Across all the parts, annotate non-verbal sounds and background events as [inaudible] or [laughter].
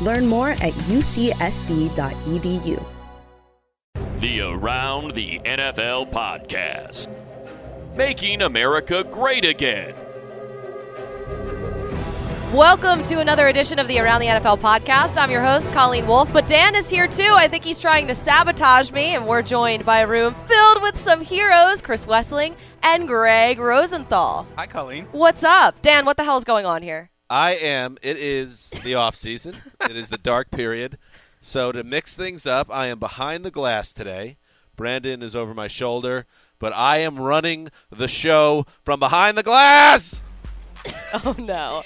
Learn more at E ucsd.edu. The Around the NFL podcast. Making America great again. Welcome to another edition of the Around the NFL podcast. I'm your host, Colleen Wolf, but Dan is here too. I think he's trying to sabotage me, and we're joined by a room filled with some heroes Chris Wessling and Greg Rosenthal. Hi, Colleen. What's up? Dan, what the hell is going on here? [laughs] I am. It is the off season. it is the dark period. So to mix things up, I am behind the glass today. Brandon is over my shoulder, but I am running the show from behind the glass. Oh, no.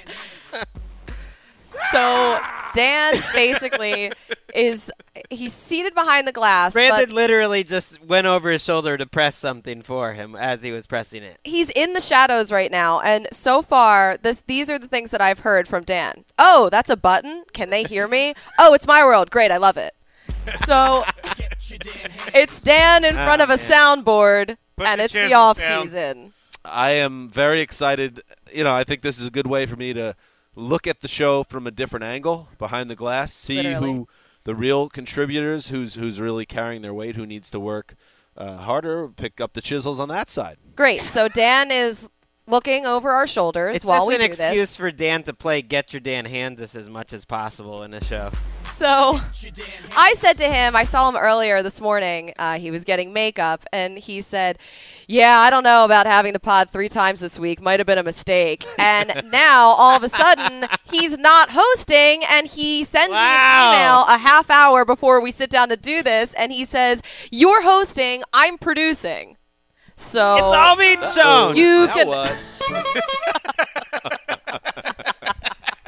so, Dan basically is. He's seated behind the glass. Brandon but- literally just went over his shoulder to press something for him as he was pressing it. he's in the shadows right now and so far this these are the things that i've heard from dan oh that's a button can they hear [laughs] me oh it's my world great i love it so it's dan in front of a soundboard Ah, Put and the it's the chisel off down. season I am very excited. You know, I think this is a good way for me to look at the show from a different angle, behind the glass, see Literally. who the real contributors, who's who's really carrying their weight, who needs to work uh, harder, pick up the chisels on that side. great so dan is looking over our shoulders It's while just we an do excuse this for Dan to play Get Your Dan Hansis as much as possible in the show. So I said to him, I saw him earlier this morning. Uh, he was getting makeup, and he said, Yeah, I don't know about having the pod three times this week. Might have been a [laughs] mistake. And now, all of a sudden, he's not hosting, and he sends me an Wow. email a half hour before we sit down to do this, and he says, You're hosting, I'm producing. So It's all being shown. Oh. you Now can. [laughs] what? [laughs]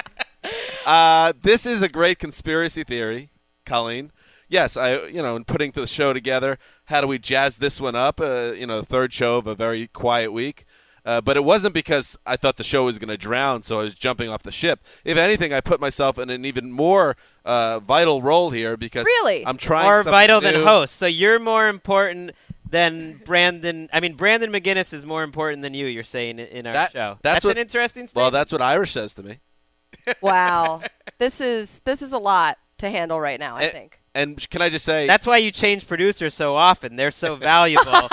uh, this is a great conspiracy theory, Colleen. Yes, I you know in putting the show together, how do we jazz this one up? Uh, you know, third show of a very quiet week. Uh, but it wasn't because I thought the show was going to drown, so I was jumping off the ship. If anything, I put myself in an even more uh, vital role here because Really? I'm trying More something vital than new. host. So you're more important than Brandon. I mean, Brandon McGinnis is more important than you. You're saying in- in our That- show. that's an what- interesting statement. Well, that's what Irish says to me. Wow. This is, this is a lot to handle right now, I And- think. And can I just say That's why you change producers so often. They're [laughs] so valuable.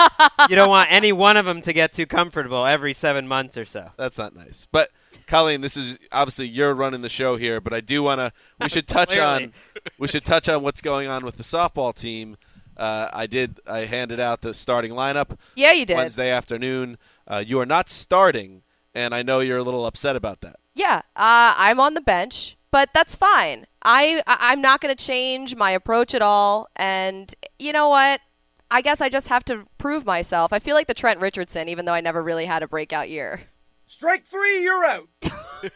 you don't want any one of them to get too comfortable every seven months or so. That's not nice. But Colleen, this is obviously you're running the show here, but I do want to. We should touch on. Clearly. We should touch on what's going on with the softball team. Uh, I did. I handed out the starting lineup. Yeah, you did. Wednesday afternoon. Uh, you are not starting, and I know you're a little upset [laughs] about that. Yeah, uh, I'm on the bench, but that's fine. I I- I'm not going to change my approach at all. And you know what? I guess I just have to prove myself. I feel like the Trent Richardson, even though I never really had a breakout year. Strike three, you're out. [laughs]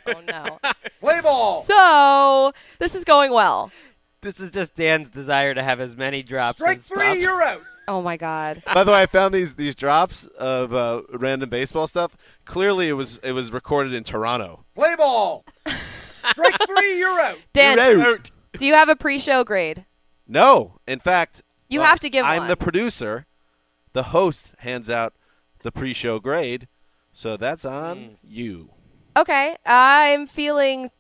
Oh no! [laughs] Play ball. so this is going well. This is just Dan's desire to have as many drops Strike as three, possible. you're out. Oh my God! By the way, I found these these drops of uh, random baseball stuff. Clearly, it was it was recorded in Toronto. Play ball. Strike three, you're out. Dan, Root. Do you have a pre-show grade? No, in fact, You uh, have to give I'm one. the producer. The host hands out the pre-show grade, so that's on you. Okay, I'm feeling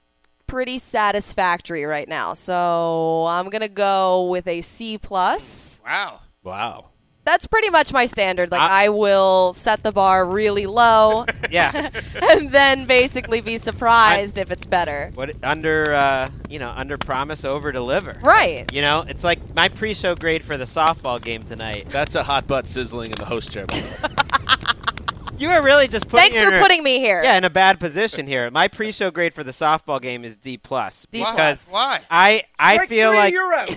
pretty satisfactory right now, so I'm gonna go with a C plus. Wow. Wow. That's pretty much my standard. Like I will set the bar really low, Yeah. and then basically be surprised if it's better. what under uh, you know under promise over deliver. Right. You know, it's like my pre-show grade for the softball game tonight. That's a hot butt sizzling in the host chair. by the way. You are really just putting. Thanks in for a- putting me here. Yeah, in a bad position here. My pre-show grade for the softball game is D plus D because plus. Why? I I Strike feel three, like you're out.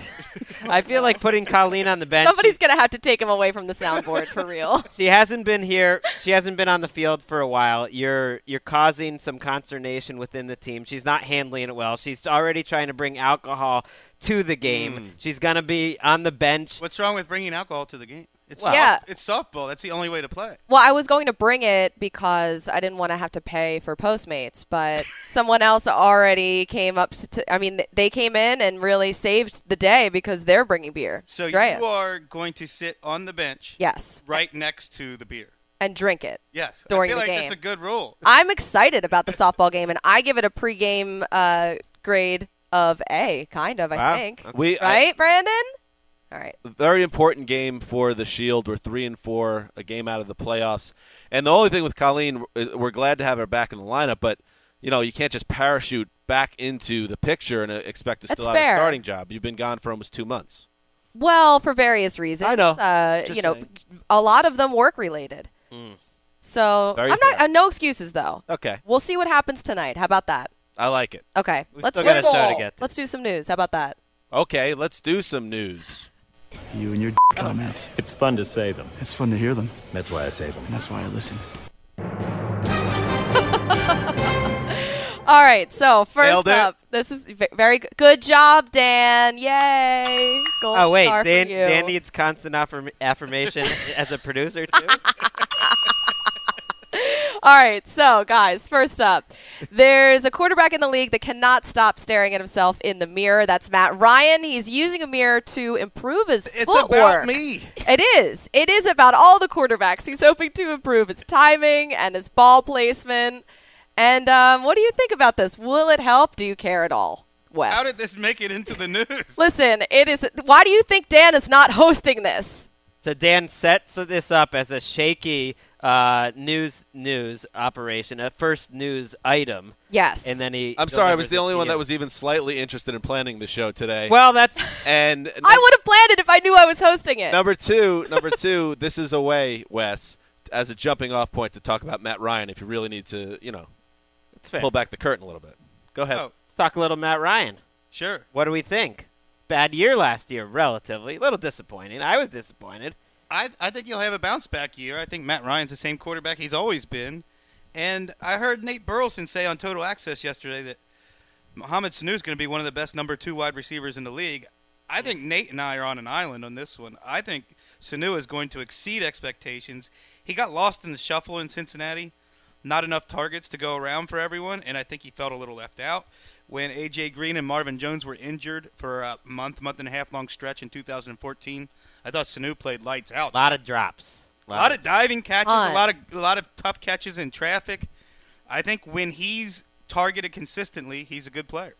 [laughs] I feel like putting Colleen on the bench. Somebody's gonna have to take him away from the soundboard for real. She hasn't been here. She hasn't been on the field for a while. You're you're causing some consternation within the team. She's not handling it well. She's already trying to bring alcohol to the game. Hmm. She's gonna be on the bench. What's wrong with bringing alcohol to the game? It's Well- Yeah. It's softball. That's the only way to play. Well, I was going to bring it because I didn't want to have to pay for Postmates, but someone else already came up. To, to- I mean, th- they came in and really saved the day because they're bringing beer. So Drea. you are going to sit on the bench yes, right next to the beer. and drink it. Yes. During I feel the like that's game. a good rule. I'm excited about the softball game, and I give it a pregame uh, grade of A, kind of. I think. We I- Right, Brandon? All right. very important game for the Shield. We're three and four, a game out of the playoffs. And the only thing with Colleen, uh, we're glad to have her back in the lineup, but you know you can't just parachute back into the picture and uh, expect to still That's have fair. a starting job. You've been gone for almost two months. Well, for various reasons. I know. Uh, Just you know, saying. Hmm. a lot of them work related. So Very I'm not. fair. Uh, no excuses though. Okay, We'll see what happens tonight. How about that? I like it. Okay, We've let's still do, got a show to Football. get to. let's do some news. How about that? Okay, let's do some news. You and your comments. It's fun to say them. It's fun to hear them. That's why I say them. That's why I listen. All right. So first Nailed it. up, this is v- very g- good job, Dan. Yay! Gold Oh wait, star for Dan, you. Dan needs constant affirm- affirmation [laughs] as a [laughs] producer too. All right. So guys, first up, there's a quarterback in the league that cannot stop staring at himself in the mirror. That's Matt Ryan. He's using a mirror to improve his It's footwork. about me. It is. It is about all the quarterbacks. He's hoping to improve his timing and his ball placement. And um, what do you think about this? Will it help? Do you care at all, Wes? How did this make it into [laughs] the news? Listen, it is. Why do you think Dan is not hosting this? So Dan sets this up as a shaky uh, news news operation, a first news item, Yes. and then he. I'm sorry, I delivers was the it only to one that you. was even slightly interested in planning the show today. Well, [laughs] that's and I would have planned it if I knew I was hosting it. Number two, number two. This is a way, Wes, as a jumping-off point to talk about Matt Ryan. If you really need to, you know, that's fair. pull back the curtain a little bit. Go ahead. Oh, Let's talk a little Matt Ryan. sure. What do we think? Bad year last year, relatively. A little disappointing. I was disappointed. I, I think he'll have a bounce back year. I think Matt Ryan's the same quarterback he's always been. And I heard Nate Burleson say on Total Access yesterday that Mohamed Sanu is going to be one of the best number two wide receivers in the league. I think Nate and I are on an island on this one. I think Sanu is going to exceed expectations. He got lost in the shuffle in Cincinnati. Not enough targets to go around for everyone, and I think he felt a little left out. When A.J. Green and Marvin Jones were injured for a month, month and a half long stretch in 2014, I thought Sanu played lights out. A lot of drops. A lot of diving catches, Ton. a lot of a lot of tough catches in traffic. I think when he's targeted consistently, he's a good player.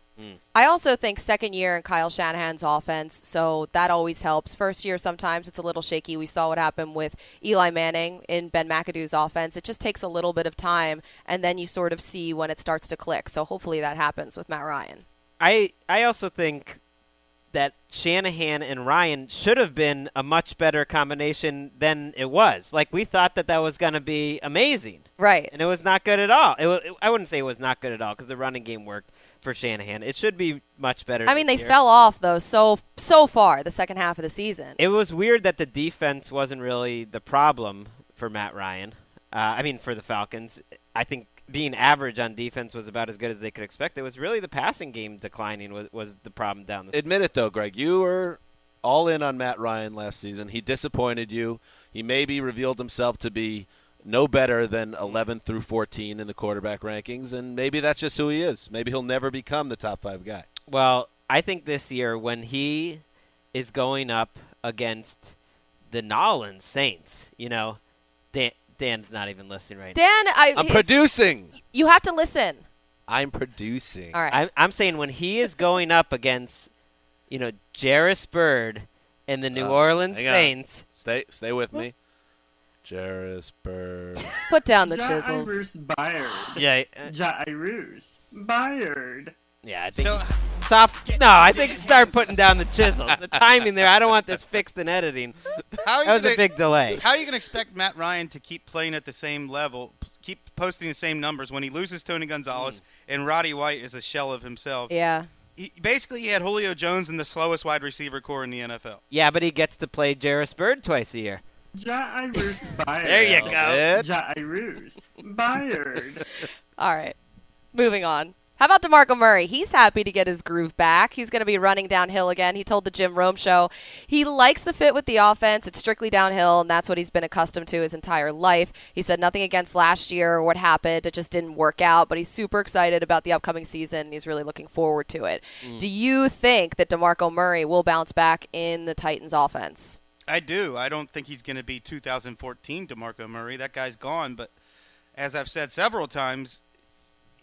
I also think second year in Kyle Shanahan's offense, so that always helps. First year, sometimes it's a little shaky. We saw what happened with Eli Manning in Ben McAdoo's offense. It just takes a little bit of time, and then you sort of see when it starts to click. So hopefully that happens with Matt Ryan. I I also think that Shanahan and Ryan should have been a much better combination than it was. Like we thought that that was going to be amazing, Right. and it was not good at all. It, wa- it, I wouldn't say it was not good at all because the running game worked for Shanahan. It should be much better. I mean, this they year. fell off though so so far the second half of the season. It was weird that the defense wasn't really the problem for Matt Ryan. Uh, I mean, for the Falcons, I think being average on defense was about as good as they could expect. It was really the passing game declining was, was the problem down the Admit it though, Greg. You were all in on Matt Ryan last season. He disappointed you. He maybe revealed himself to be no better than 11 through 14 in the quarterback rankings, and maybe that's just who he is. Maybe he'll never become the top five guy. Well, I think this year when he is going up against the Nolans Saints, you know, Dan, Dan's not even listening right Dan, I, now. it's- You have to listen. I'm producing. All right. I'm, I'm saying when he is going up against, you know, Jarris Bird and the New Uh, Orleans hang on. Saints. Stay, stay with me. Jairus Bird. Put down the chisels. Jairus Byard. Yeah. uh, Jairus Byard. Yeah, I think soft. No, I think start putting down the chisel. The timing there. I don't want this fixed in editing. How are you that was gonna, a big delay. How are you going to expect Matt Ryan to keep playing at the same level, p- keep posting the same numbers when he loses Tony Gonzalez and Roddy White is a shell of himself? Yeah. He, basically, he had Julio Jones and the slowest wide receiver core in the NFL. Yeah, but he gets to play Jarris Bird twice a year. Jairus Byard. There you go. Jairus Byard. All right. Moving on. How about DeMarco Murray? He's happy to get his groove back. He's going to be running downhill again. He told the Jim Rome show he likes the fit with the offense. It's strictly downhill, and that's what he's been accustomed to his entire life. He said nothing against last year or what happened. It just didn't work out, but he's super excited about the upcoming season. He's really looking forward to it. Mm. Do you think that DeMarco Murray will bounce back in the Titans offense? I do. I don't think he's going to be 2014 DeMarco Murray. That guy's gone. But as I've said several times,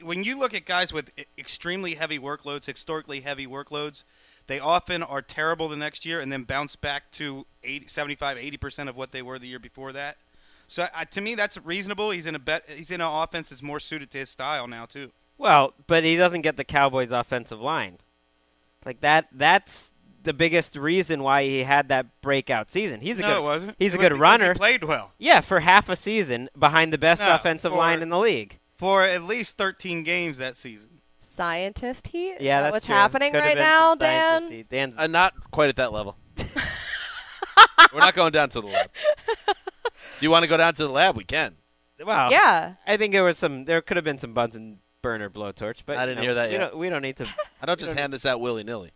when you look at guys with e- extremely heavy workloads, historically heavy workloads, they often are terrible the next year and then bounce back to 80, 75, 80% of what they were the year before that. So I, to me, that's reasonable. He's in a bet. He's in an offense that's more suited to his style now too. Well, but he doesn't get the Cowboys' offensive line. Like that. That's the biggest reason why he had that breakout season. He's a No, good. it wasn't. He's It a was good because he runner. played well. Yeah, for half a season behind the best No, offensive for- line in the league. For at least 13 games that season. Scientist heat? Is that Yeah, that's what's true. happening Could have right been now, some scientist Dan? heat. Dan's Uh, not quite at that level. We're not going down to the lab. Do you want to go down to the lab? We can. Well, Yeah. I think there was some. There could have been some Bunsen burner blowtorch, but I you didn't know, hear that we yet. Don't, we don't need [laughs] to. I don't just hand this out willy nilly.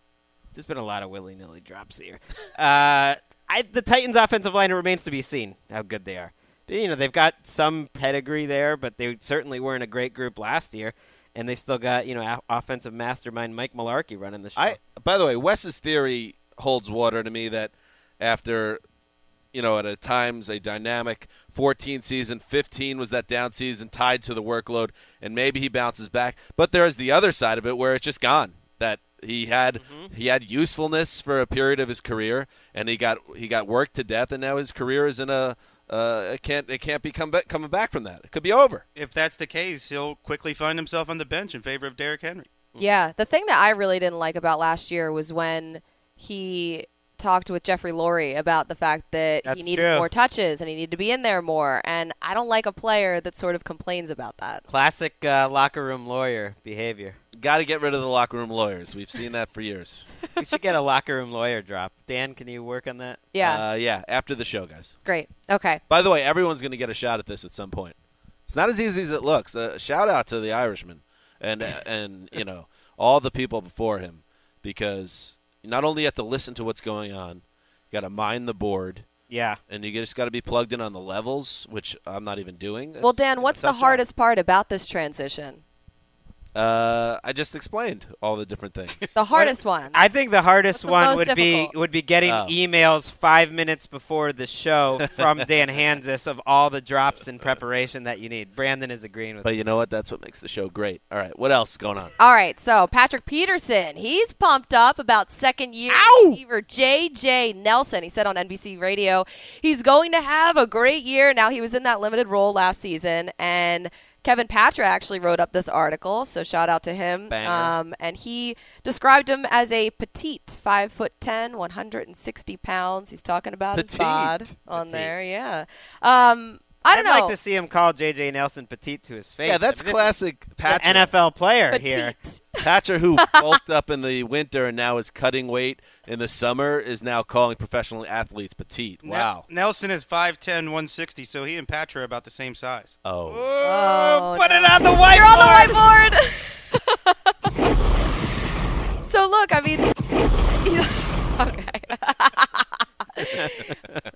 There's been a lot of willy nilly drops here. Uh, I, the Titans' offensive line it remains to be seen how good they are. But, you know, they've got some pedigree there, but they certainly weren't a great group last year, and they still got you know o- offensive mastermind Mike Malarkey running the show. I, by the way, Wes's theory holds water to me that after, you know, at a times a dynamic 14 season, 15 was that down season tied to the workload, and maybe he bounces back. But there is the other side of it where it's just gone. That he had he had usefulness for a period of his career, and he got he got worked to death, and now his career is in a uh, it can't it can't be come back, coming back from that. It could be over. If that's the case, he'll quickly find himself on the bench in favor of Derrick Henry. Yeah, the thing that I really didn't like about last year was when he talked with Jeffrey Lurie about the fact that That's he needed true. more touches and he needed to be in there more. And I don't like a player that sort of complains about that. Classic uh, locker room lawyer behavior. Got to get rid of the locker room lawyers. We've seen that for years. we should get a [laughs] locker room lawyer drop. Dan, can you work on that? Yeah. uh, yeah. After the show, guys. Great. Okay. By the way, everyone's going to get a shot at this at some point. It's not as easy as it looks. Uh, shout out to the Irishman [laughs] and uh, and you know all the people before him because you not only have to listen to what's going on, you got to mind the board. Yeah. And you just got to be plugged in on the levels, which I'm not even doing. Well, Dan, what's the tough job. hardest part about this transition? Uh, I just explained all the [laughs] different things. The hardest one. I think the hardest the one most would difficult? be would be getting Oh. emails five minutes before the [laughs] show from Dan Hansis of all the drops and preparation that you need. Brandon is agreeing with. but you know what? That's what makes the show great. All right, what else is going on? All right, so Patrick Peterson, he's pumped up about second year receiver JJ Nelson. He said on NBC Radio, he's going to have a great year. Now he was in that limited role last season and Kevin Patra actually wrote up this article, so shout out to him. Banger. Um, and he described him as a petite, five foot ten, 160 pounds. He's talking about his Petite. bod on there, yeah. Um, I don't would know. like to see him call J.J. Nelson petite to his face. Yeah, that's I mean, this is classic an Patrick. NFL player here. Patcher, who [laughs] bulked up in the winter and now is cutting weight in the summer, is now calling professional athletes petite. Ne- Wow. Nelson is 5'10", 160, so he and Patra are about the same size. Oh. Oh, put no. it on the You're on whiteboard. the whiteboard. so look, I mean, [laughs] okay.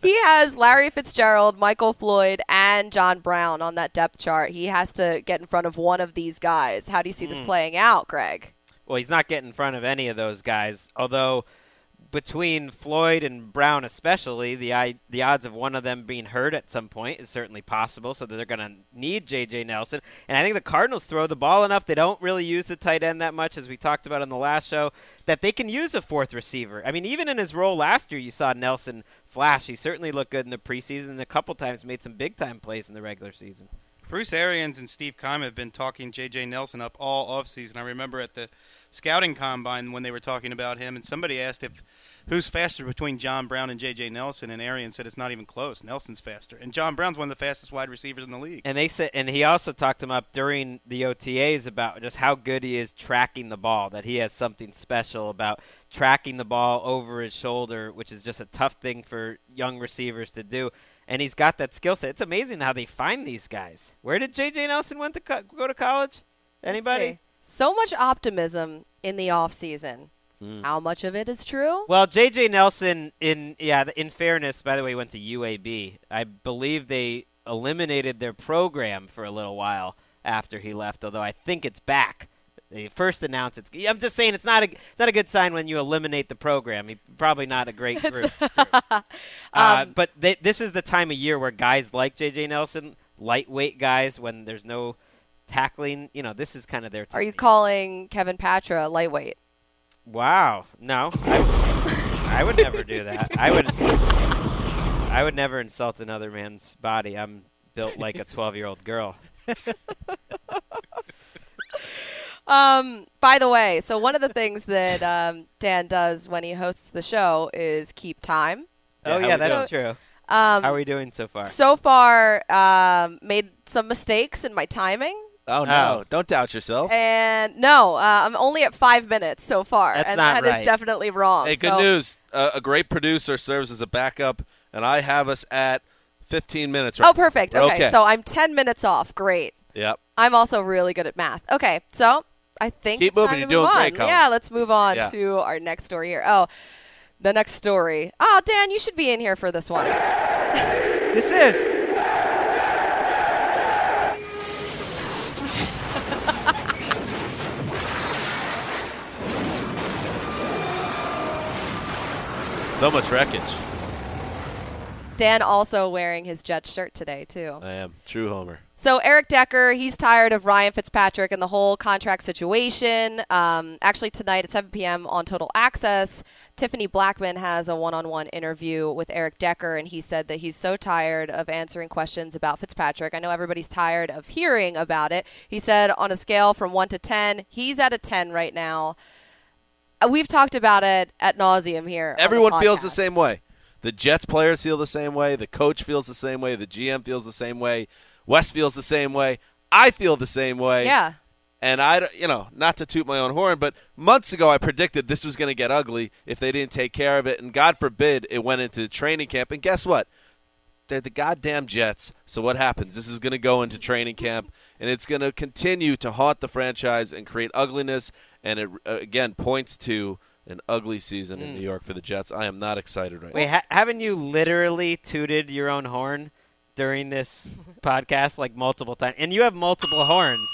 he has Larry Fitzgerald, Michael Floyd, and John Brown on that depth chart. He has to get in front of one of these guys. How do you see this Mm. playing out, Greg? Well, he's not getting in front of any of those guys. Although, between Floyd and Brown, especially, the I- the odds of one of them being hurt at some point is certainly possible. So they're going to need J.J. Nelson, and I think the Cardinals throw the ball enough. They don't really use the tight end that much, as we talked about on the last show, that they can use a fourth receiver. I mean, even in his role last year, you saw Nelson flash. He certainly looked good in the preseason, and a couple times made some big time plays in the regular season. Bruce Arians and Steve Kime have been talking J.J. Nelson up all offseason. I remember at the scouting combine when they were talking about him, and somebody asked if who's faster between John Brown and J.J. Nelson, and Arians said it's not even close. Nelson's faster, and John Brown's one of the fastest wide receivers in the league. And they said, and he also talked him up during the OTAs about just how good he is tracking the ball. That he has something special about tracking the ball over his shoulder, which is just a tough thing for young receivers to do. And he's got that skill set. It's amazing how they find these guys. Where did J.J. Nelson went to co- go to college? Anybody? So much optimism in the off season. How much of it is true? Well, J.J. Nelson, in yeah, th- in fairness, by the way, went to UAB. I believe they eliminated their program for a little while after he left, although I think it's back. They first announced it's. I'm just saying it's not a it's not a good sign when you eliminate the program. He- Probably not a great [laughs] group. uh, Um, but th- this is the time of year where guys like J.J. Nelson, lightweight guys, when there's no tackling, you know, this is kind of their time. Are you calling Kevin Patra lightweight? Wow. No. I, I would never do that. I would I would never insult another man's body. I'm built [laughs] like a 12-year-old girl. Um, by the way, so one of the things that um, Dan does when he hosts the show is keep time. oh yeah, that's true. Um, How are we doing so far? So far, um, made some mistakes in my timing. Oh no! Don't doubt yourself. And no, uh, I'm only at five minutes so far, That's and not that is right. definitely wrong. Hey, good So- news! Uh, a great producer serves as a backup, and I have us at 15 minutes. Oh, perfect. Okay, so I'm ten minutes off. Great. yep. I'm also really good at math. Okay, so I think Keep it's time moving. to You're move doing on. great, Colin. Yeah, let's move on Yeah. to our next story here. Oh, the next story. Oh, Dan, you should be in here for this one. this is So much wreckage. Dan also wearing his Jets shirt today too. I am true homer. So Eric Decker, he's tired of Ryan Fitzpatrick and the whole contract situation. Um, actually, tonight at 7 p.m. on Total Access, Tiffany Blackman has a one-on-one interview with Eric Decker, and he said that he's so tired of answering questions about Fitzpatrick. I know everybody's tired of hearing about it. He said on a scale from one to ten, he's at a ten right now. Uh, We've talked about it at nauseum here. on the Everyone feels the podcast. same way. The Jets players feel the same way. The coach feels the same way. The GM feels the same way. Wes feels the same way. I feel the same way. Yeah. And I, don't- you know, not to toot my own horn, but months ago I predicted this was going to get ugly if they didn't take care of it. And God forbid it went into training camp. And guess what? They're the goddamn Jets. So what happens? This is going to go into training camp, and it's going to continue to haunt the franchise and create ugliness. And it uh, again points to an ugly season in Mm. New York for the Jets. I am not excited right Wait, now. ha- haven't you literally tooted your own horn during this podcast like multiple times? And you have multiple horns.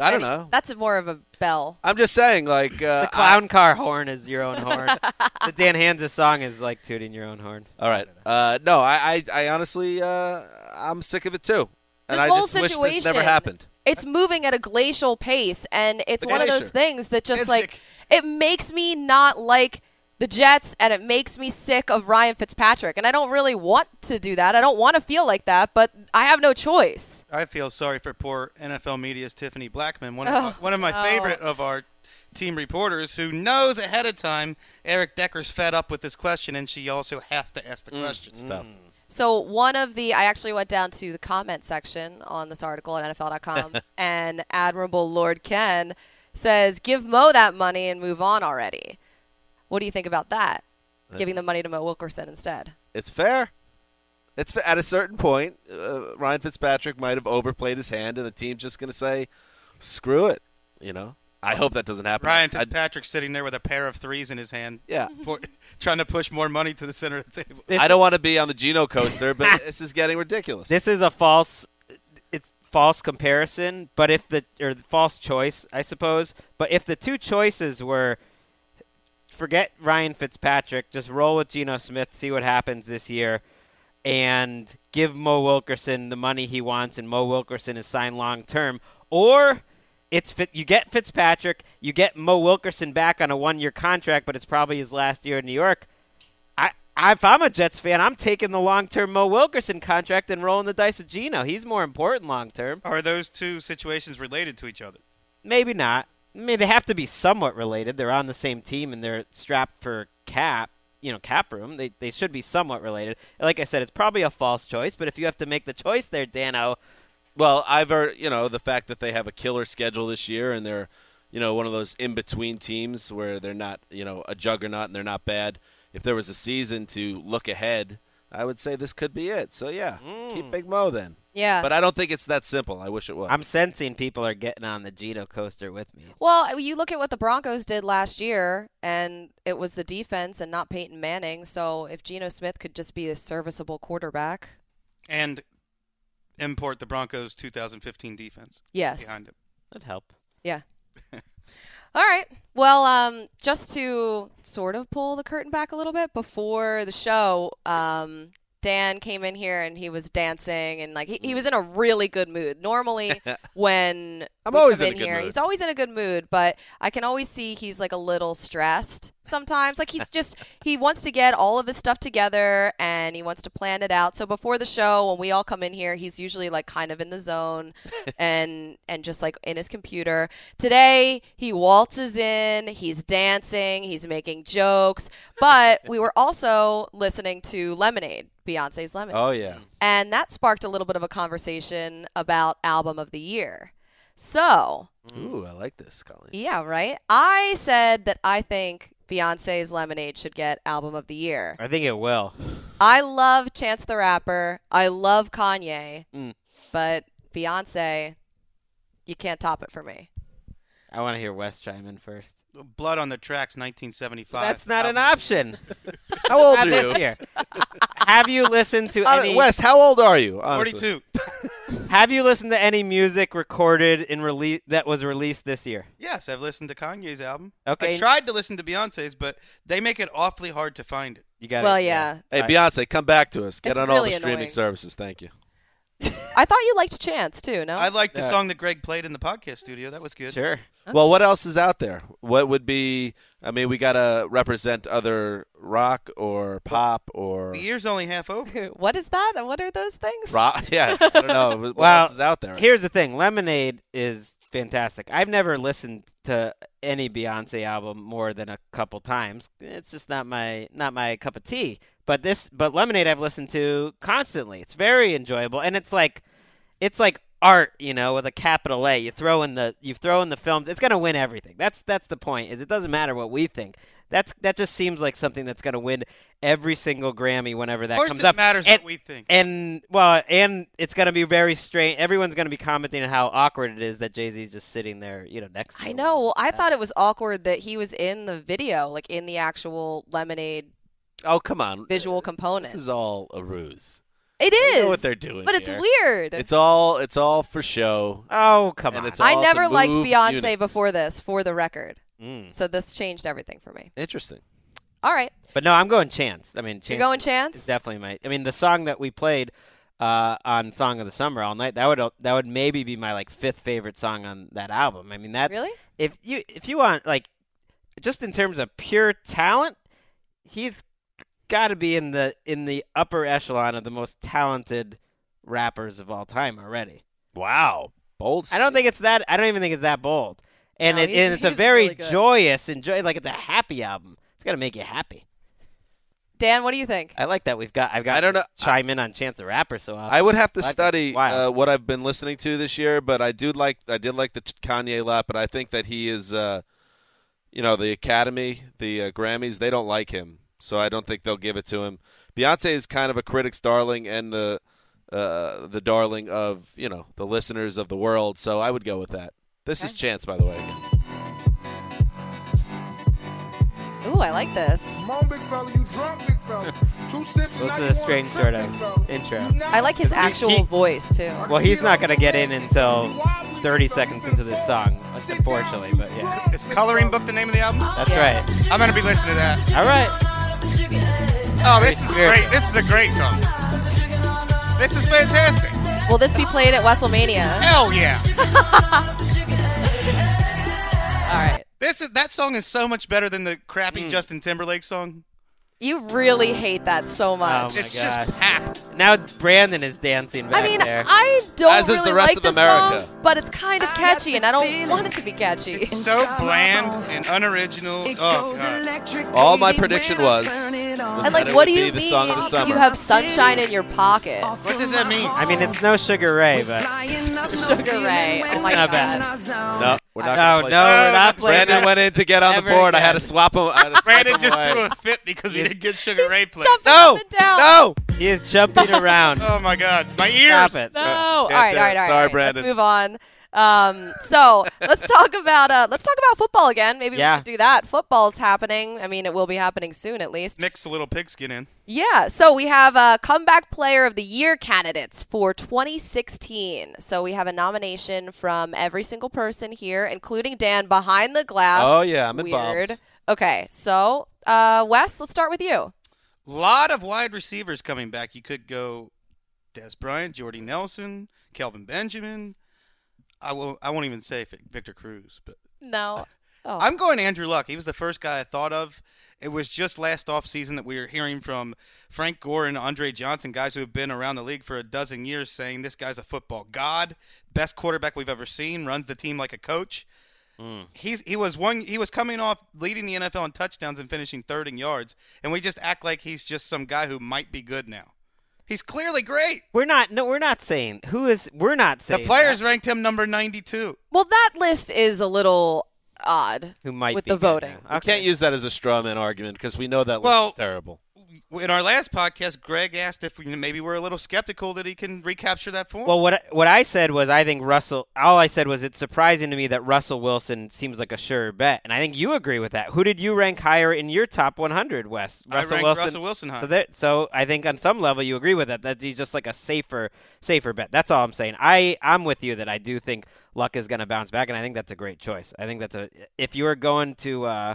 I don't know. That's more of a bell. I'm just saying, like uh, The clown car horn is your own horn. the Dan Hansa song is like tooting your own horn. All right. Uh, no, I, I, I honestly, uh, I'm sick of it too, This and I whole just wish this never situation- happened. it's moving at a glacial pace and it's one of those Glacier. things that just like it makes me not like the Jets and it makes me sick of Ryan Fitzpatrick and I don't really want to do that. I don't want to feel like that, but I have no choice. I feel sorry for poor NFL media's Tiffany Blackman, one of, Oh, one of my no. favorite of our team reporters, who knows ahead of time Eric Decker's fed up with this question, and she also has to ask the question. Stuff. So one of the I actually went down to the comment section on this article at [laughs] NFL.com and Admirable Lord Ken says, "Give Mo that money and move on already." What do you think about that? Uh, Giving the money to Mo Wilkerson instead. It's fair. It's fa- at a certain point, uh, Ryan Fitzpatrick might have overplayed his hand, and the team's just going to say, "Screw it," you know. I hope that doesn't happen. Ryan I- Fitzpatrick sitting there with a pair of threes in his hand. Yeah. for- [laughs] trying to push more money to the center of the table. I, don't want to be on the Geno coaster, but this is getting ridiculous. This is a false. It's false comparison, but if the or false choice, I suppose. But if the two choices were forget Ryan Fitzpatrick, just roll with Geno Smith, see what happens this year, and give Mo Wilkerson the money he wants, and Mo Wilkerson is signed long term, or it's fit, you get Fitzpatrick, you get Mo Wilkerson back on a one-year contract, but it's probably his last year in New York. I, I if I'm a Jets fan, I'm taking the long-term Mo Wilkerson contract and rolling the dice with Geno. He's more important long-term. Are those two situations related to each other? Maybe not. I mean, they have to be somewhat related. They're on the same team and they're strapped for cap, you know, cap room. They they should be somewhat related. Like I said, it's probably a false choice, but if you have to make the choice there, Dano, Well, I've heard, you know, the fact that they have a killer schedule this year and they're, you know, one of those in between teams where they're not, you know, a juggernaut and they're not bad. If there was a season to look ahead, I would say this could be it. So, yeah, keep Big Mo then. Yeah. But I don't think it's that simple. I wish it was. Mm. I'm sensing people are getting on the Geno coaster with me. Well, you look at what the Broncos did last year, and it was the defense and not Peyton Manning. So if Geno Smith could just be a serviceable quarterback, And import the Broncos 2015 defense. Yes. Behind him. That'd help. yeah. [laughs] All right. Well, um, just to sort of pull the curtain back a little bit before the show, um, Dan came in here and he was dancing and like he, Mm. he was in a really good mood. [laughs] Normally, when I'm we always come in a good here, mood. he's always in a good mood, but I can always see he's like a little stressed sometimes. Like he's [laughs] just he wants to get all of his stuff together and he wants to plan it out. So before the show, when we all come in here, he's usually like kind of in the zone and and just like in his computer. Today he waltzes in, he's dancing, he's making jokes, but we were also listening to Lemonade, Beyonce's Lemonade. Oh, yeah. And that sparked a little bit of a conversation about album of the year. So, Mm-hmm. Ooh, I like this, Colin. yeah, right? I said that I think Beyonce's Lemonade should get album of the year. I think it will. I love Chance the Rapper. I love Kanye. Mm. But Beyonce, you can't top it for me. I want to hear West chime in first. Blood on the Tracks 1975. That's not an Um, [laughs] album. option. How old Not are this you? year. Have you listened to How- any? Wes, how old are you? Honestly? 42. Have you listened to any music recorded and release that was released this year? Yes, I've listened to Kanye's album. Okay. I tried to listen to Beyonce's, but they make it awfully hard to find it. You got well, it. yeah. Hey, I- Beyonce, come back to us. Get It's on all really the streaming annoying. services. Thank you. I thought you liked Chance too, no? I like the Yeah. song that Greg played in the podcast studio. That was good. Sure. Well, what else is out there? What would be? I mean, we gotta represent other rock or pop or The year's only half [laughs] over. [laughs] what is that? What are those things? [laughs] rock. Yeah, I don't [laughs] know. What Well, else is out there? Here's the thing: Lemonade is fantastic. I've never listened to any Beyonce album more than a couple times. It's just not my not my cup of tea. But this, but Lemonade, I've listened to constantly. It's very enjoyable, and it's like, it's like art, you know, with a capital A. You throw in the you throw in the films. It's gonna win everything. That's that's the point. Is it doesn't matter what we think. That's that just seems like something that's gonna win every single Grammy whenever that Of course comes it up. matters And- what we think. and well, and it's gonna be very strange. Everyone's gonna be commenting on how awkward it is that Jay Z's just sitting there, you know, next. to I him. know. Well, I thought it was awkward that he was in the video, like in the actual lemonade oh, come on. visual component. This is all a ruse. it They is. know what they're doing, but it's here. weird. It's all. It's all for show. Oh come And on! it's all I to never liked move Beyonce units. before this, for the record. Mm. So this changed everything for me. Interesting. All right. But no, I'm going Chance. I mean, Chance You're going is- is chance? definitely my. I mean, the song that we played uh, on Song of the Summer all night that would that would maybe be my like fifth favorite song on that album. I mean, that Really? if you if you want like just in terms of pure talent, he's got to be in the in the upper echelon of the most talented rappers of all time already. Wow. Bold. I don't think it's that. I don't even think it's that bold. And No, it, he's- and it's a he's very really good. joyous, enjoy like it's a happy album. It's gonna make you happy. Dan, what do you think? I like that we've got. I've got. I don't to know- Chime in on Chance the Rapper so often. I would have to Like, study wow. uh, what I've been listening to this year, but I do like I did like the t- Kanye lap, but I think that he is, uh, you know, the Academy, the uh, Grammys, they don't like him, so I don't think they'll give it to him. Beyonce is kind of a critic's darling and the uh, the darling of you know the listeners of the world, so I would go with that. This is Chance, by the way. Ooh, I like this. Come on, big fella, you drunk, big [laughs] Well, this is a strange sort of intro. I like his He- actual he- voice too. Well, he's not gonna get in until 30 seconds into this song, unfortunately. But yeah, Is Coloring Book the name of the album? that's right. I'm going to be listening to that. All right. Oh, this is Very great. This is a great song. This is fantastic. Will this be played at WrestleMania? [laughs] Hell yeah. All right. This is, that song is so much better than the Mm. crappy Justin Timberlake song. You really hate that so much. Oh my gosh. Now Brandon is dancing back I mean, there. I don't As is really the rest like of this America. song, but it's kind of catchy, and I don't want it to be catchy. So bland and unoriginal. Oh, God. All my prediction was. And like, what do you mean? You have sunshine in your pocket. What does that mean? I mean, it's no Sugar Ray, but Sugar Ray. Oh my [laughs] god. not bad. No, we're not. No, gonna no, play that. we're not playing Brandon that went in to get on the ever board. I had to again. swap him. I had to swipe Brandon him just away. threw a fit because he [laughs] didn't get Sugar Ray played. No, down. no. He is jumping [laughs] around. Oh, my God. My ears. Stop it. No. All Can't right, do all right, all it. right. Sorry, all right. Brandon. Let's move on. Um, [laughs] so let's talk about uh, let's talk about football again. Maybe Yeah. we should do that. Football's happening. I mean, it will be happening soon, at least. Mix a little pigskin in. Yeah, so we have uh, comeback player of the year candidates for 2016. So we have a nomination from every single person here, including Dan behind the glass. Oh, yeah, I'm involved. Weird. Okay, so uh, Wes, let's start with you. lot of wide receivers coming back. You could go Des Bryant, Jordy Nelson, Kelvin Benjamin. I will. I won't even say Vic- Victor Cruz, but No. Oh. I'm going Andrew Luck. He was the first guy I thought of. It was just last offseason that we were hearing from Frank Gore and Andre Johnson, guys who have been around the league for a dozen years, saying this guy's a football god, best quarterback we've ever seen, runs the team like a coach. He's he was one he was coming off leading the NFL in touchdowns and finishing third in yards, and we just act like he's just some guy who might be good now. He's clearly great. We're not. No, we're not saying who is. We're not The saying players ranked him number 92. well, that list is a little odd. who might with be the good voting. now. I Okay. can't use that as a straw man argument because we know that Well- list is terrible. In our last podcast, Greg asked if we maybe we're a little skeptical that he can recapture that form. Well, what I- what I said was I think Russell. All I said was it's surprising to me that Russell Wilson seems like a sure bet, and I think you agree with that. Who did you rank higher in your top 100, Wes? I Russell ranked Wilson. Russell Wilson high. So, there, so I think on some level you agree with that. That he's just like a safer safer bet. That's all I'm saying. I I'm with you that I do think Luck is going to bounce back, and I think that's a great choice. I think that's a if you were going to uh,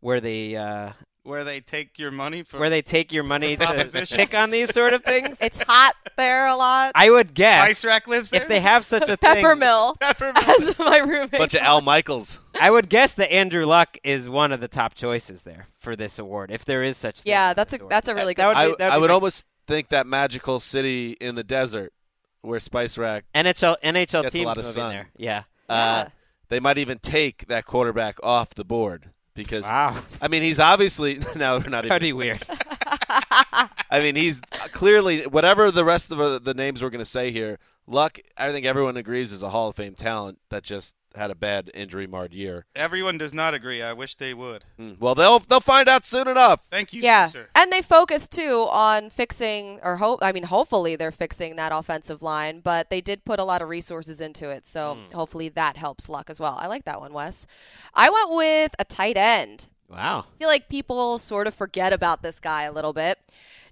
where the uh, where they take your money from where they take your [laughs] money to Proposition. pick on these sort of things. It's hot there a lot. I would Ice guess Rack lives there. if they have [laughs] such a thing. Peppermill [laughs] Peppermint. as my roommate. Bunch of Al Michaels. I would guess that Andrew Luck is one of the top choices there for this award, if there is such. thing yeah, as that's a this award. that's a really good. That would I, be- that I would be- almost think that magical city in the desert where Spice Rack. NHL NHL Gets a teams lot of moving sun. there. [laughs] Yeah. Uh, Yeah. They might even take that quarterback off the board because Wow. I mean he's obviously [laughs] no we're not even. That'd be weird. I mean he's uh, clearly whatever the rest of uh, the, the names we're going to say here. Luck, I think everyone agrees is a Hall of Fame talent that just had a bad injury marred year. Everyone does not agree. I wish they would. Mm. Well, they'll they'll find out soon enough. Thank you, Yeah, sir. and they focus too on fixing, or hope. I mean, hopefully they're fixing that offensive line, but they did put a lot of resources into it, so hopefully that helps luck as well. I like that one, Wes. I went with a tight end. wow. I feel like people sort of forget about this guy a little bit.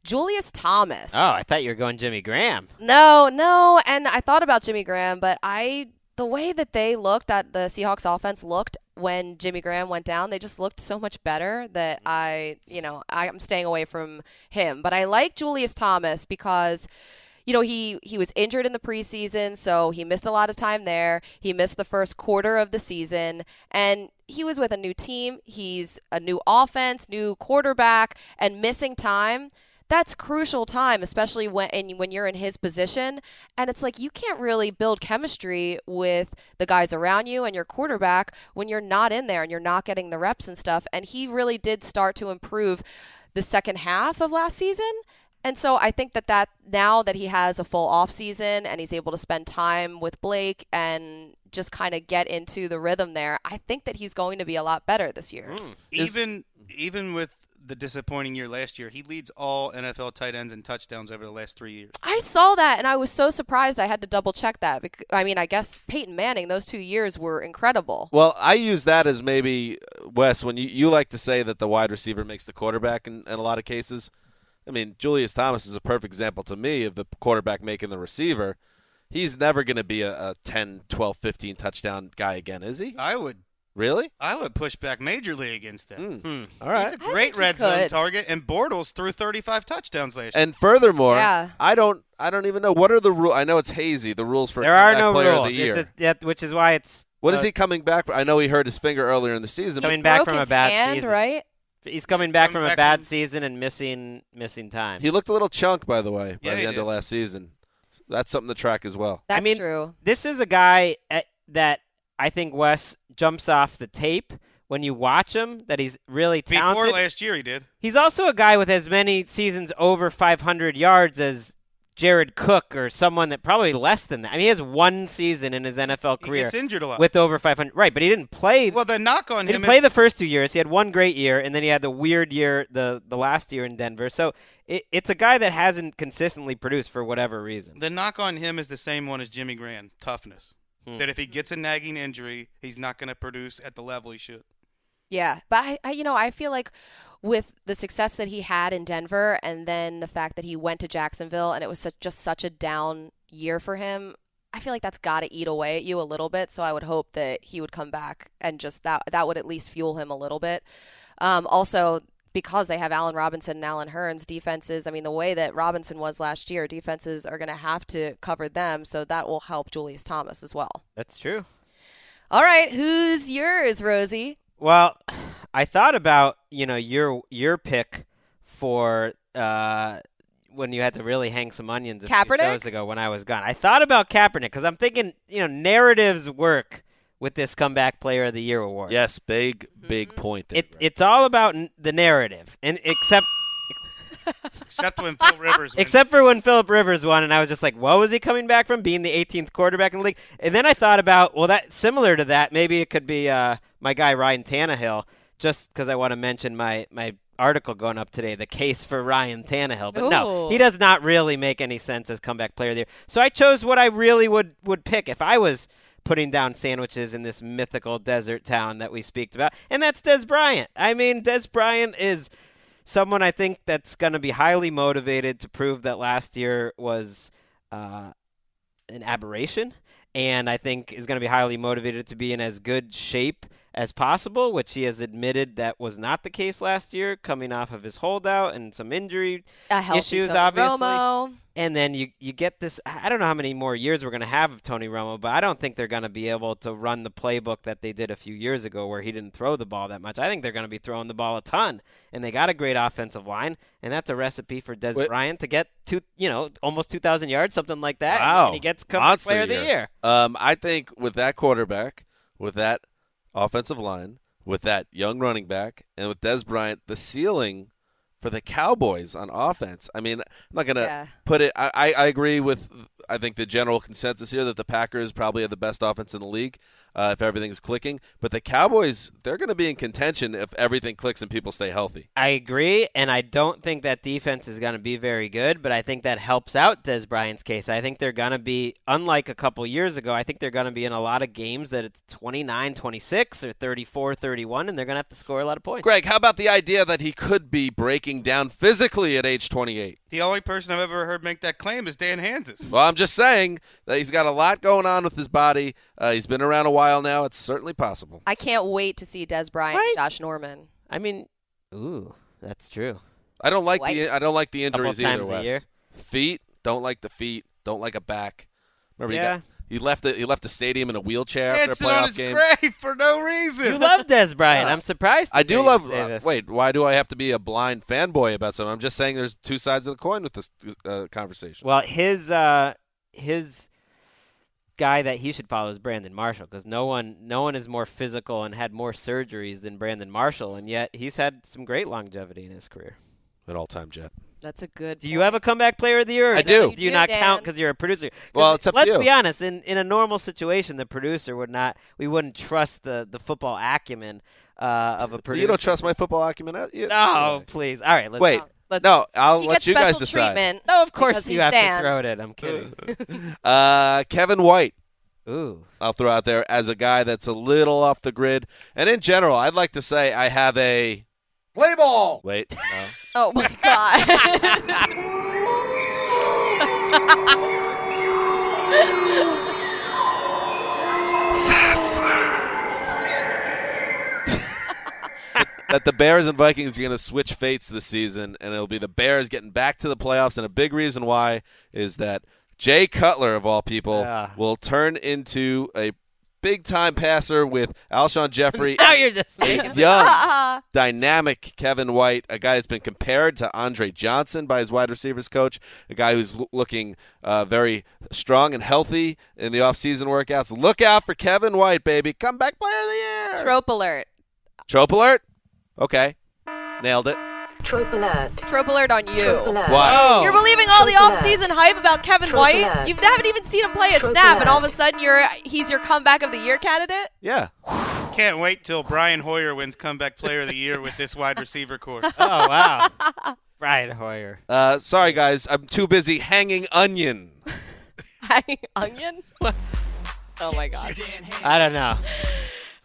Julius Thomas. Oh, I thought you were going Jimmy Graham. No, no, and I thought about Jimmy Graham, but I the way that they looked that the Seahawks offense looked when Jimmy Graham went down, they just looked so much better that I, you know, I'm staying away from him. But I like Julius Thomas because you know, he he was injured in the preseason, so he missed a lot of time there. He missed the first quarter of the season and he was with a new team. He's a new offense, new quarterback, and missing time that's crucial time, especially when and when you're in his position. And it's like you can't really build chemistry with the guys around you and your quarterback when you're not in there and you're not getting the reps and stuff. And he really did start to improve the second half of last season. And so I think that that now that he has a full off season and he's able to spend time with Blake and just kind of get into the rhythm there, I think that he's going to be a lot better this year. Mm. Even even with the disappointing year last year, he leads all NFL tight ends in touchdowns over the last three years. I saw that and I was so surprised. I had to double check that. Because, I mean, I guess Peyton Manning, those two years were incredible. Well, I use that as maybe uh, Wes when you, you like to say that the wide receiver makes the quarterback in, in a lot of cases. I mean, Julius Thomas is a perfect example to me of the quarterback making the receiver. He's never going to be a, a 10, 12, 15 touchdown guy again, is he? I would. Really? Hmm. I would push back majorly against that. Mm, Hmm. All right. He's a great red zone target, and Bortles threw 35 touchdowns last year. And furthermore, Yeah. I don't I don't even know what are the rules. I know it's hazy the rules for There are comeback no player rules. of the year. It's a, that, which is why it's what is uh, he coming back from? I know he hurt his finger earlier in the season. coming back from a bad hand, season? right? He's coming back coming from a back bad season and missing missing time. He looked a little chunk, by the way, by Yeah, the he end of last season. That's something to track as well. I mean, true. This is a guy at, that I think Wes jumps off the tape when you watch him. That he's really talented. Before last year, he did. He's also a guy with as many seasons over 500 yards as Jared Cook or someone that probably less than that. I mean, he has one season in his NFL career. gets injured a lot. With over 500. Right, but he didn't play. Well, the knock on He him didn't play is- the first two years. He had one great year, and then he had the weird year, the, the last year in Denver. So it, it's a guy that hasn't consistently produced for whatever reason. The knock on him is the same one as Jimmy Graham toughness. Hmm. That if he gets a nagging injury, he's not going to produce at the level he should. Yeah, but I, I, you know, I feel like with the success that he had in Denver, and then the fact that he went to Jacksonville, and it was such, just such a down year for him. I feel like that's got to eat away at you a little bit. So I would hope that he would come back, and just that that would at least fuel him a little bit. Um, also, because they have Allen Robinson and Allen Hearns, defenses. I mean, the way that Robinson was last year, defenses are going to have to cover them. So that will help Julius Thomas as well. That's true. All right, who's yours, Rosie? Well, I thought about you know your your pick for uh, when you had to really hang some onions a few Kaepernick? shows ago when I was gone. I thought about Kaepernick because I'm thinking you know narratives work with this comeback player of the year award. Yes, big big point. There. It, it's all about n- the narrative, and except Except when [laughs] Phil Rivers wins. except for when Philip Rivers won, and I was just like, "What was he coming back from being the 18th quarterback in the league?" And then I thought about, well, that similar to that, maybe it could be uh, my guy Ryan Tannehill, just because I want to mention my my article going up today, the case for Ryan Tannehill. But no, Ooh. he does not really make any sense as comeback player there. So I chose what I really would would pick if I was putting down sandwiches in this mythical desert town that we speaked about, and that's Des Bryant. I mean, Des Bryant is someone I think that's going to be highly motivated to prove that last year was uh, an aberration, and I think is going to be highly motivated to be in as good shape as possible, which he has admitted that was not the case last year, coming off of his holdout and some injury A healthy issues, Tony obviously. Romo. And then you you get this. I don't know how many more years we're going to have of Tony Romo, but I don't think they're going to be able to run the playbook that they did a few years ago, where he didn't throw the ball that much. I think they're going to be throwing the ball a ton, and they got a great offensive line, and that's a recipe for Des Wait. Bryant to get two, you know, almost two thousand yards, something like that. Wow. and he gets comeback Monster player of the year. Um, I think with that quarterback, with that offensive line, with that young running back, and with Des Bryant, the ceiling for the Cowboys on offense. I mean, I'm not gonna Yeah. put it. I, I, I agree with. I think the general consensus here that the Packers probably have the best offense in the league uh, if everything's clicking. But the Cowboys, they're going to be in contention if everything clicks and people stay healthy. I agree, and I don't think that defense is going to be very good, but I think that helps out Des Bryant's case. I think they're going to be, unlike a couple years ago, I think they're going to be in a lot of games that it's 29 26 or 34 31, and they're going to have to score a lot of points. Greg, how about the idea that he could be breaking down physically at age 28? The only person I've ever heard make that claim is Dan Hanses. Well, I'm just saying that he's got a lot going on with his body. Uh, he's been around a while now. It's certainly possible. I can't wait to see Des Bryant and Josh Norman. I mean, ooh, that's true. I don't like Twice. the I don't like the Couple injuries times a either. Wes. year. Feet don't like the feet. Don't like a back. Remember, Yeah. he, got, he left the he left the stadium in a wheelchair It's after a playoff on his game. grave for no reason. You love Des Bryant. [laughs] Yeah. I'm surprised. I to do hear you love. say uh, this. wait, why do I have to be a blind fanboy about something? I'm just saying there's two sides of the coin with this uh, conversation. Well, his uh, his guy that he should follow is Brandon Marshall because no one no one is more physical and had more surgeries than Brandon Marshall, and yet he's had some great longevity in his career. An all-time jet. That's a good. Do you have a comeback player of the year? or I does- do. Do you You do, not Dan. count because you're a producer? 'Cause Well, it's up to Let's you. be honest. In in a normal situation, the producer would not. We wouldn't trust the the football acumen uh, of a producer. You don't trust my football acumen? uh, you- No, please. All right. Let's Wait. Let's, no, I'll He let gets you guys special decide. treatment No, of course because you he's have Dan. to throw it in. I'm [laughs] kidding. Uh, Kevin White. Ooh. I'll throw out there as a guy that's a little off the grid. And in general, I'd like to say I have a Play ball. Wait. No. [laughs] Oh [laughs] my god. that the Bears and Vikings are going to switch fates this season, and it'll be the Bears getting back to the playoffs. And a big reason why is that Jay Cutler, of all people, Ah. will turn into a big time passer with [laughs] Alshon Jeffrey. Now you're [laughs] just making a young, dynamic Kevin White, a guy that's been compared to Andre Johnson by his wide receivers coach, a guy who's l- looking uh, very strong and healthy in the offseason workouts. Look out for Kevin White, baby. Come back, player of the year. Trope alert. Trope alert? Okay. Nailed it. Trope alert. Trope alert on you. Why? Oh. You're believing all the Trope alert. offseason hype about Kevin Trope White. alert. You haven't even seen him play a Trope snap, alert. and all of a sudden you're he's your comeback of the year candidate. [laughs] Yeah. Can't wait till Brian Hoyer wins comeback player of the year with this wide [laughs] receiver core. Oh wow. Brian Hoyer. Uh, sorry, guys. I'm too busy hanging onion. Onion. oh my god. I don't know.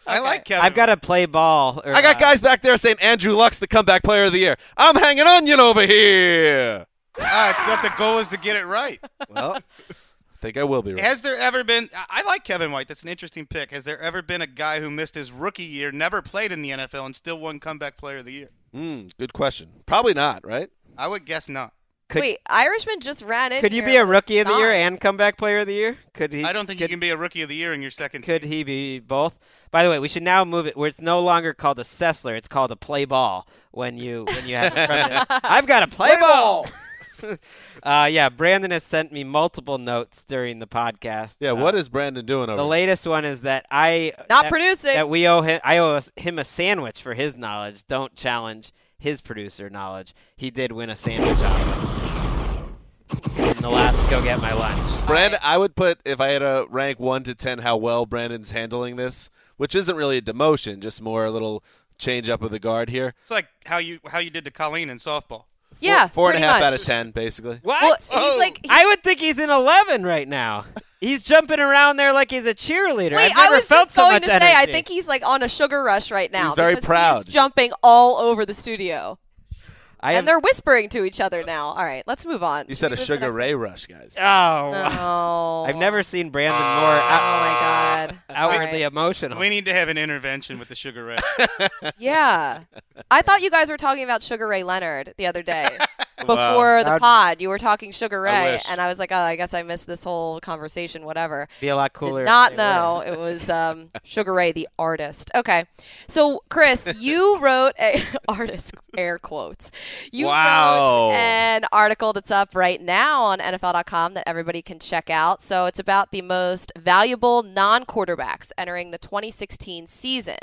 I like Kevin. I've got to play ball. Or, I got uh, guys back there saying Andrew Luck's the comeback player of the year. I'm hanging onion over here. I thought the goal was to get it right. Well, I [laughs] think I will be right. Has there ever been? I- I like Kevin White. That's an interesting pick. Has there ever been a guy who missed his rookie year, never played in the NFL, and still won comeback player of the year? Mm, good question. Probably not, right? I would guess not. Could- Wait, Irishman just ran in. Could you here be a with rookie of the year sign. and comeback player of the year? Could he? I don't think you can be a rookie of the year in your second. Could he be both? By the way, we should now move it where it's no longer called a Sessler. It's called a play ball when you when you have. it from the- I've got a play, Play ball. [laughs] uh, yeah, Brandon has sent me multiple notes during the podcast. Yeah, Uh, what is Brandon doing over the latest one is that I Not that- producing. that we owe him. I owe us- him a sandwich for his knowledge. Don't challenge his producer knowledge. He did win a sandwich on us in the last go get my lunch. Brandon, I would put if I had to rank one to ten how well Brandon's handling this, which isn't really a demotion, just more a little change up of the guard here. It's like how you how you did to Colleen in softball. Yeah, Four and a pretty half much. out of ten, basically. What? Oh. Well, he's like- I would think he's in 11 right now. He's jumping around there like he's a cheerleader. Wait, I've never I was felt just so going much to say, energy. I think he's like on a sugar rush right now. He's very because proud. He's jumping all over the studio, I and they're whispering to each other now. All right, let's move on. You said a Move to the Sugar next- Ray rush, guys. Oh, wow. [laughs] No. I've never seen Brandon more. out- Oh my God. Outwardly All Oh. right. emotional. We need to have an intervention with the Sugar Ray. Yeah, I thought you guys were talking about Sugar Ray Leonard the other day. Before [laughs] Wow. the That'd- pod, you were talking Sugar I Ray, wish. and I was like, "Oh, I guess I missed this whole conversation." Whatever. Be a lot cooler. Did if not they know were. it was um, Sugar Ray, the artist. Okay, so Chris, you wrote a [laughs] artist air quotes. You Wow. wrote an article that's up right now on NFL.com that everybody can check out. So it's about the most valuable non-quarterbacks entering the 2016 season.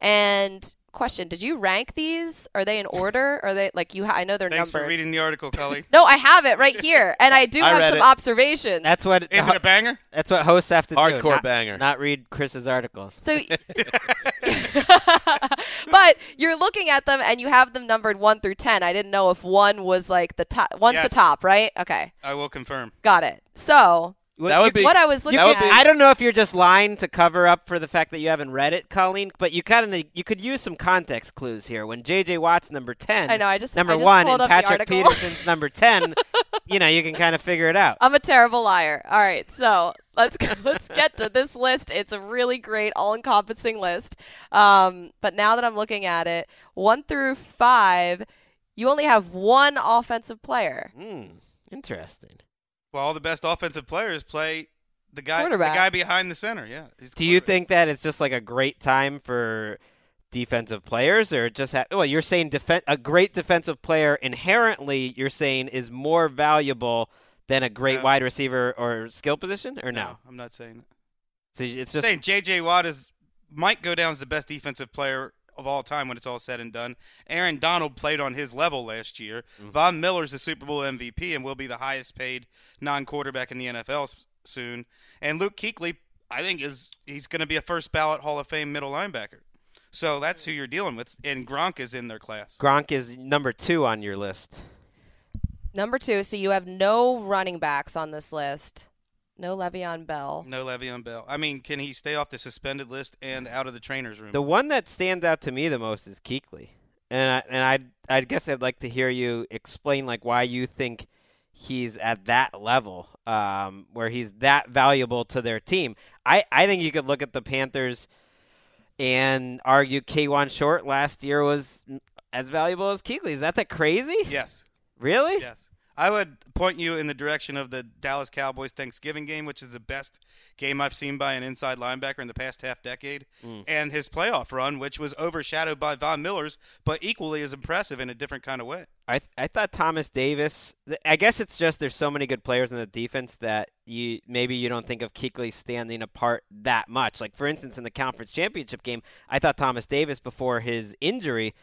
And question: Did you rank these? Are they in order? Are they like you? Ha- I know they're Thanks for numbered. reading the article, Colleen. no, I have it right here, and I do [laughs] I have read some it. observations. That's what. Is it a banger? That's what hosts have to do. Hardcore not- banger. Not read Chris's articles. So, [laughs] [laughs] but you're looking at them and you have them numbered one through ten. I didn't know if one was like the top. One's Yes. the top, right? Okay, I will confirm. got it. So That would be- what I was You looking could- at. I don't know if you're just lying to cover up for the fact that you haven't read it, Colleen, but you kind of you could use some context clues here. When J.J. Watt's number ten, I know, I just- number I just one, pulled and up the Patrick article. Peterson's [laughs] number ten, you know, you can kind of figure it out. I'm a terrible liar. All right, so let's go, [laughs] let's get to this list. It's a really great, all-encompassing list. Um, but now that I'm looking at it, one through five, you only have one offensive player. Hmm, Interesting. Well, all the best offensive players play the guy the Quarterback. guy behind the center. Yeah, He's- Do you think that it's just like a great time for defensive players, or just ha- well, you're saying defen- a great defensive player inherently, you're saying is more valuable than a great No. wide receiver or skill position, or no? I'm not saying. that. So it's just saying J.J. Watt is might go down as the best defensive player of all time when it's all said and done. Aaron Donald played on his level last year. Von Miller's the Super Bowl MVP and will be the highest paid non-quarterback in the NFL s- soon. And Luke Kuechly, I think, is he's going to be a first ballot Hall of Fame middle linebacker. So that's who you're dealing with. And Gronk is in their class. Gronk is number two on your list. Number two, so you have no running backs on this list. No Le'Veon Bell. No Le'Veon Bell. I mean, can he stay off the suspended list and out of the trainer's room? The one that stands out to me the most is Keekly. and I, and I I guess I'd like to hear you explain like why you think he's at that level um, where he's that valuable to their team. I I think you could look at the Panthers and argue Kwan Short last year was as valuable as Keekly. Is that that crazy? Yes. Really? Yes. I would point you in the direction of the Dallas Cowboys Thanksgiving game, which is the best game I've seen by an inside linebacker in the past half decade, Mm. and his playoff run, which was overshadowed by Von Miller's, but equally as impressive in a different kind of way. I I thought Thomas Davis. th- I guess it's just there's so many good players in the defense that you maybe you don't think of Keekly standing apart that much. Like for instance, in the conference championship game, I thought Thomas Davis before his injury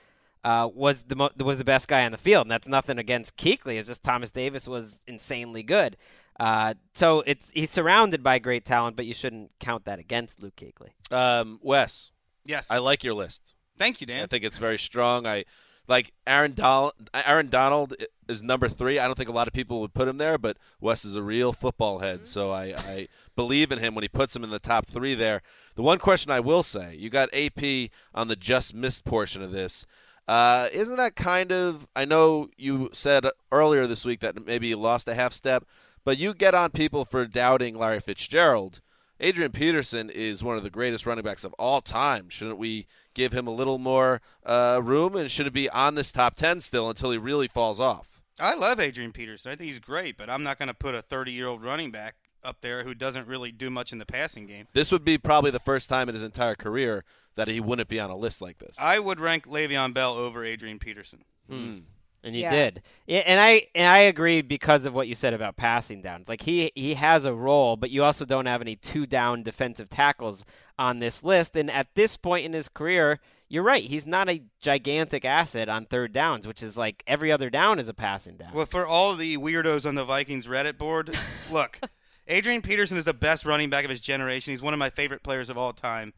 uh, was the mo- was the best guy on the field, and that's nothing against Keekly. It's just Thomas Davis was insanely good. Uh, so it's he's surrounded by great talent, but you shouldn't count that against Luke Keekly. Um, Wes. Yes. I like your list. Thank you, Dan. I think it's very strong. I like Aaron Donald. Aaron Donald i- is number three. I don't think a lot of people would put him there, but Wes is a real football Mm-hmm. head, so I, I believe in him when he puts him in the top three. There. The one question I will say, you got AP on the just missed portion of this. Uh, isn't that kind of? I know you said earlier this week that maybe you lost a half step, but you get on people for doubting Larry Fitzgerald. Adrian Peterson is one of the greatest running backs of all time. Shouldn't we give him a little more uh, room and should it be on this top 10 still until he really falls off? I love Adrian Peterson. I think he's great, but I'm not going to put a 30 year old running back up there who doesn't really do much in the passing game. This would be probably the first time in his entire career that he wouldn't be on a list like this. I would rank Le'Veon Bell over Adrian Peterson. Hmm. And you Yeah. did. Yeah, and I and I agree because of what you said about passing down. Like he he has a role, but you also don't have any two down defensive tackles on this list. And at this point in his career, you're right. He's not a gigantic asset on third downs, which is like every other down is a passing down. Well, for all the weirdos on the Vikings Reddit board, look, Adrian Peterson is the best running back of his generation. He's one of my favorite players of all time,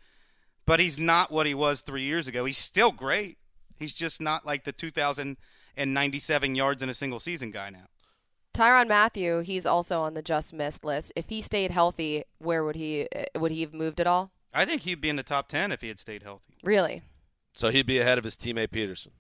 but he's not what he was three years ago. He's still great. He's just not like the 2,097 yards in a single season guy now. Tyron Matthew, he's also on the just missed list. If he stayed healthy, where would he eh, would he have moved at all? I think he'd be in the top 10 if he had stayed healthy. Really? So he'd be ahead of his teammate Peterson.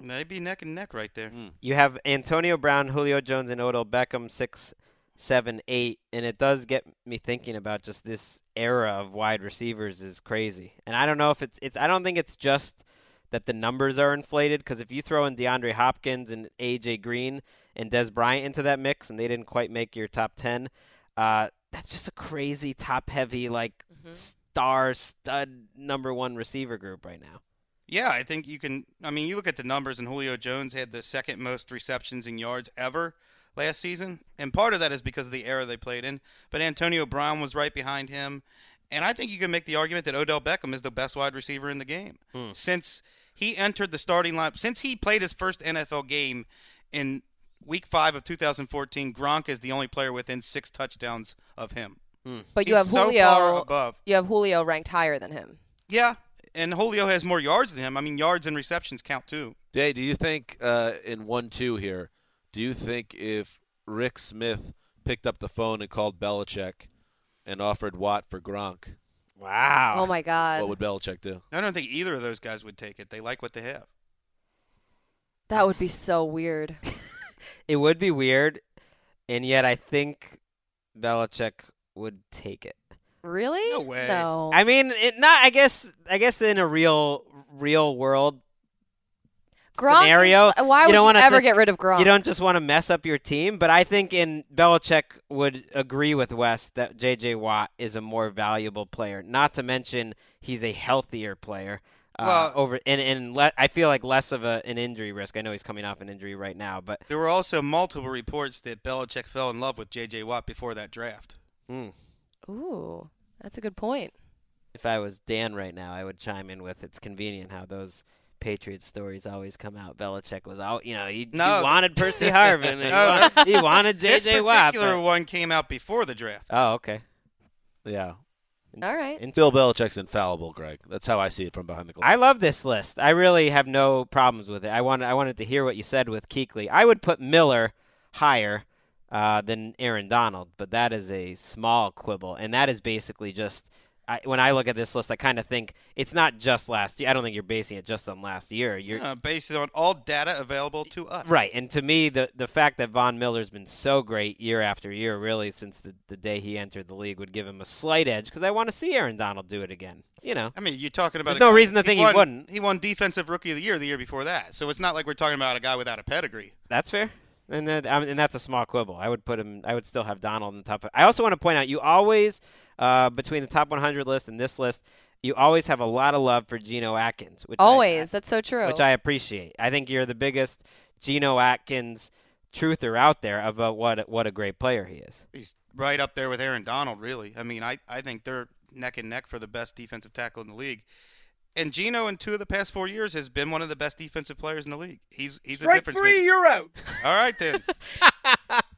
They'd be neck and neck right there. You have Antonio Brown, Julio Jones, and Odell Beckham six, seven, eight, and it does get me thinking about just this era of wide receivers is crazy. And I don't know if it's it's I don't think it's just that the numbers are inflated because if you throw in DeAndre Hopkins and AJ Green and Des Bryant into that mix and they didn't quite make your top ten, uh, that's just a crazy top heavy like star stud number one receiver group right now. Yeah, I think you can. I mean, you look at the numbers, and Julio Jones had the second most receptions and yards ever last season. And part of that is because of the era they played in. But Antonio Brown was right behind him. And I think you can make the argument that Odell Beckham is the best wide receiver in the game. Hmm. Since he entered the starting lineup, since he played his first NFL game in week five of 2014, Gronk is the only player within six touchdowns of him. But you He's have so Julio far above. You have Julio ranked higher than him. Yeah. And Julio has more yards than him. I mean, yards and receptions count too. Jay, do you think uh, in 1 2 here, do you think if Rick Smith picked up the phone and called Belichick and offered Watt for Gronk, Wow. Oh my god. what would Belichick do? I don't think either of those guys would take it. They like what they have. that would be so [laughs] weird. It would be weird, and yet I think Belichick would take it. Really? No way. No. I mean, it not. I guess. I guess in a real, real world Gronk is- scenario, why you would don't you wanna ever just- get rid of Gronk? You don't just want to mess up your team. But I think in Belichick would agree with Wes that J.J. Watt is a more valuable player. Not to mention he's a healthier player. Uh, Well- over and and le- I feel like less of a, an injury risk. I know he's coming off an injury right now, but There were also multiple reports that Belichick fell in love with J.J. Watt before that draft. mm, Ooh, that's a good point. if I was Dan right now, I would chime in with it's convenient how those Patriots stories always come out. Belichick was out, you know, he, he No. wanted [laughs] Percy Harvin, and he No, wa- no. he wanted This J.J. Watt. particular but- one came out before the draft. Oh, okay. Yeah. All right. And Bill Belichick's infallible, Greg. That's how I see it from behind the glass. I love this list. I really have no problems with it. I wanted I wanted to hear what you said with Keekly. I would put Miller higher uh, than Aaron Donald, but that is a small quibble, and that is basically just. I- I, when I look at this list, I kind of think it's not just last year. I don't think you're basing it just on last year. You're Uh, based on all data available to us. Right, and to me, the the fact that Von Miller's been so great year after year, really since the, the day he entered the league, would give him a slight edge because I want to see Aaron Donald do it again. You know, I mean, you're talking about There's a no guy- reason to think he won- wouldn't. He won Defensive Rookie of the Year the year before that, so it's not like we're talking about a guy without a pedigree. That's fair. And that, I mean, and that's a small quibble. I would put him. I would still have Donald in the top. I also want to point out you always uh, between the top 100 list and this list, you always have a lot of love for Geno Atkins. Which I- Always. That's so true. Which I appreciate. I think you're the biggest Geno Atkins truther out there about what what a great player he is. He's right up there with Aaron Donald, really. I mean, I, I think they're neck and neck for the best defensive tackle in the league. And Gino, in two of the past four years, has been one of the best defensive players in the league. He's he's a Strike difference. three, maker. you're out. [laughs] All [laughs] right then.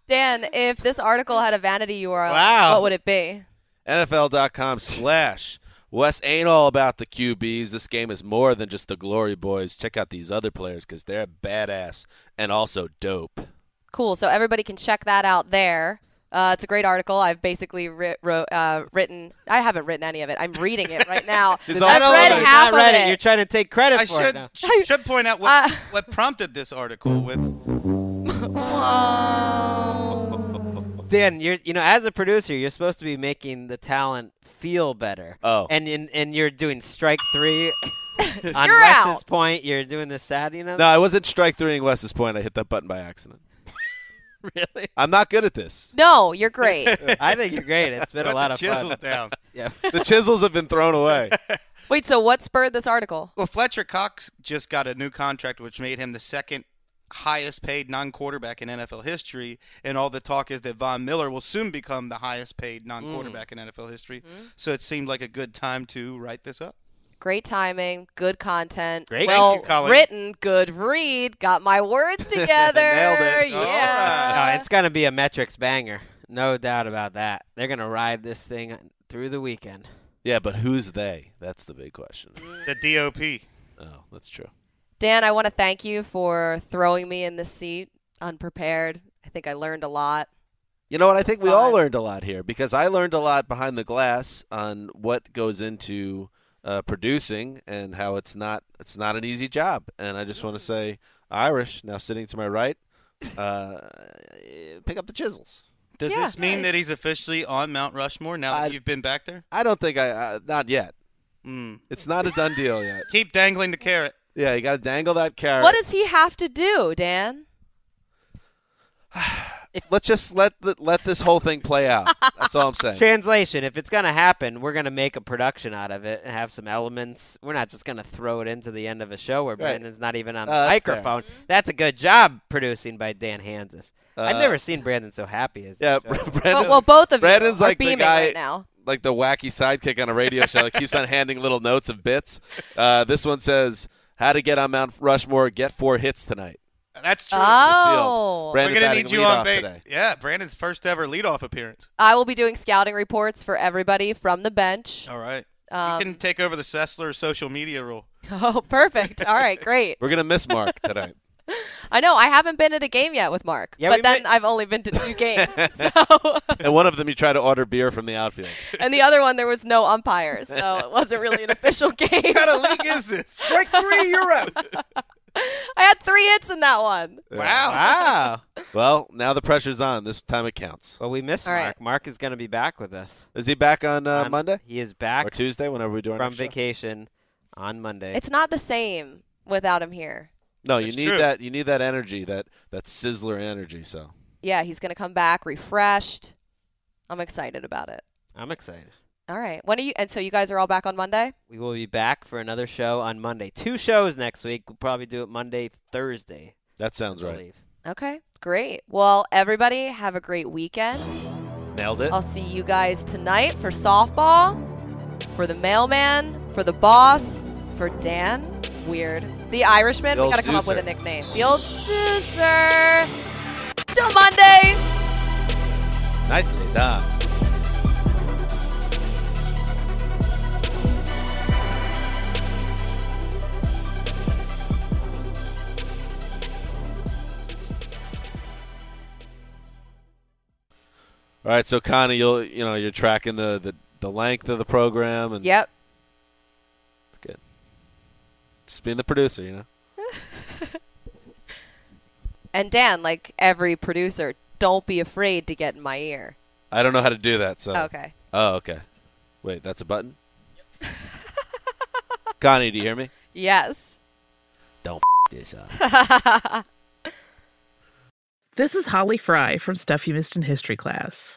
Dan, if this article had a vanity URL, Wow. what would it be? NFL.com slash Wes ain't all about the QBs. This game is more than just the glory boys. Check out these other players because they're badass and also dope. Cool. So everybody can check that out there. Uh, it's a great article. I've basically writ, wrote, uh, written. I haven't witten any of it. I'm reading it right now. She's all I've over read it. She's half not read of it. You're trying to take credit I for it should now. sh- should point out [laughs] what what prompted this article with Dan, you're you know as a producer, you're supposed to be making the talent feel better. Oh. and and, and you're doing strike three on You're Wes's out. point. You're doing the sad, you know. No, I wasn't strike three in Wes's point. I hit that button by accident. [laughs] really. I'm not good at this. No, you're great. [laughs] I think you're great. It's [laughs] been a lot of chisel fun. down. [laughs] Yeah. The chisels have been thrown away. Wait. So what spurred this article? Well, Fletcher Cox just got a new contract, which made him the second highest paid non quarterback in NFL history. And all the talk is that Von Miller will soon become the highest paid non quarterback in NFL history. So it seemed like a good time to write this up. Great timing. Good content. Great. Thank Well you, Colin. written. Good read. Got my words together. Nailed it. All Yeah. No, it's gonna be a metrics banger, no doubt about that. They're gonna ride this thing through the weekend. yeah, but who's they? That's the big question. The DOP. Oh, that's true. Dan, I want to thank you for throwing me in this seat unprepared. I think I learned a lot. You know what? I think we all Fine. learned a lot here because I learned a lot behind the glass on what goes into uh, producing and how it's not it's not an easy job. And I just want to say, Irish now sitting to my right, uh, pick up the chisels. Does Yeah. this mean that he's officially on Mount Rushmore now that I- you've been back there? I don't think I uh, not yet. Mm. It's not a done deal yet. Keep dangling the carrot. Yeah, you got to dangle that carrot. What does he have to do, Dan? Let's just let the, let this whole thing play out. That's all [laughs] I'm saying. Translation: If it's gonna happen, we're gonna make a production out of it and have some elements. We're not just gonna throw it into the end of a show where Right. Brandon's not even on Uh, the that's fair. microphone. That's a good job producing by Dan Hansis. I've Uh, never seen Brandon so happy as Yeah, this show. Well, [laughs] Brandon. well, both of Brandon's you are like the beaming guy- right now. like the wacky sidekick on a radio show that keeps on handing little notes of bits. Uh, this one says, "How to get on Mount Rushmore? Get four hits tonight." That's true. Oh. Brand- We're going to batting need you leadoff on base. today. Yeah, Brandon's first ever leadoff appearance. I will be doing scouting reports for everybody from the [laughs] bench. [laughs] All right. Um, you can take over the Sessler social media rule. Oh, perfect. All right, great. We're gonna miss Mark tonight. [laughs] I know I haven't been at a game yet with Mark, Yeah, we but then may- I've only been to two games. So, and one of them, you try to order beer from the [laughs] outfield. and the other one there was no umpires, so it wasn't really an official game. What kind of league is this? Strike three, you're [laughs] out. I had three hits in that one. Wow. wow. Well, now the pressure's on. This time it counts. Well, we missed All Mark. right. Mark is gonna be back with us Is he back on uh, on- Monday He is back or Tuesday? Whenever we do our from next show? vacation on Monday. It's not the same without him here. No, you It's need true. that. You need that energy. That that sizzler energy. So Yeah, he's going to come back refreshed. I'm excited about it. I'm excited. All right. When are you? And so you guys are all back on Monday? We will be back for another show on Monday. Two shows next week. We'll probably do it Monday, Thursday. I that sounds right. believe. Okay, great. Well, everybody, have a great weekend. Nailed it. I'll see you guys tonight for softball, for the mailman, for the boss, for Dan. Weird. The Irishman. The we old gotta come up with Suicer. a nickname. The old Suicer. Till Monday. Nicely done. All right, so Connie, you'll you know you're tracking the the, the length of the program, and Yep. it's good. Just being the producer, you know. And Dan, like every producer, don't be afraid to get in my ear. I don't know how to do that, so. Okay. Oh, okay. Wait, that's a button. [laughs] Connie, do you hear me? Yes. Don't f- this up. This is Holly Fry from Stuff You Missed in History Class.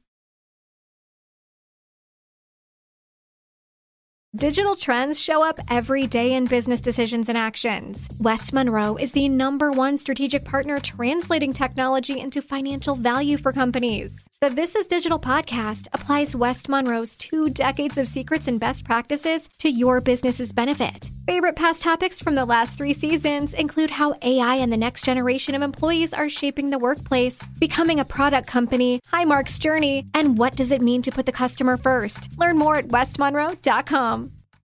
Digital trends show up every day in business decisions and actions. West Monroe is the number one strategic partner translating technology into financial value for companies. The This is Digital podcast applies West Monroe's two decades of secrets and best practices to your business's benefit. Favorite past topics from the last three seasons include how AI and the next generation of employees are shaping the workplace, becoming a product company, Highmark's journey, and what does it mean to put the customer first. Learn more at westmonroe.com.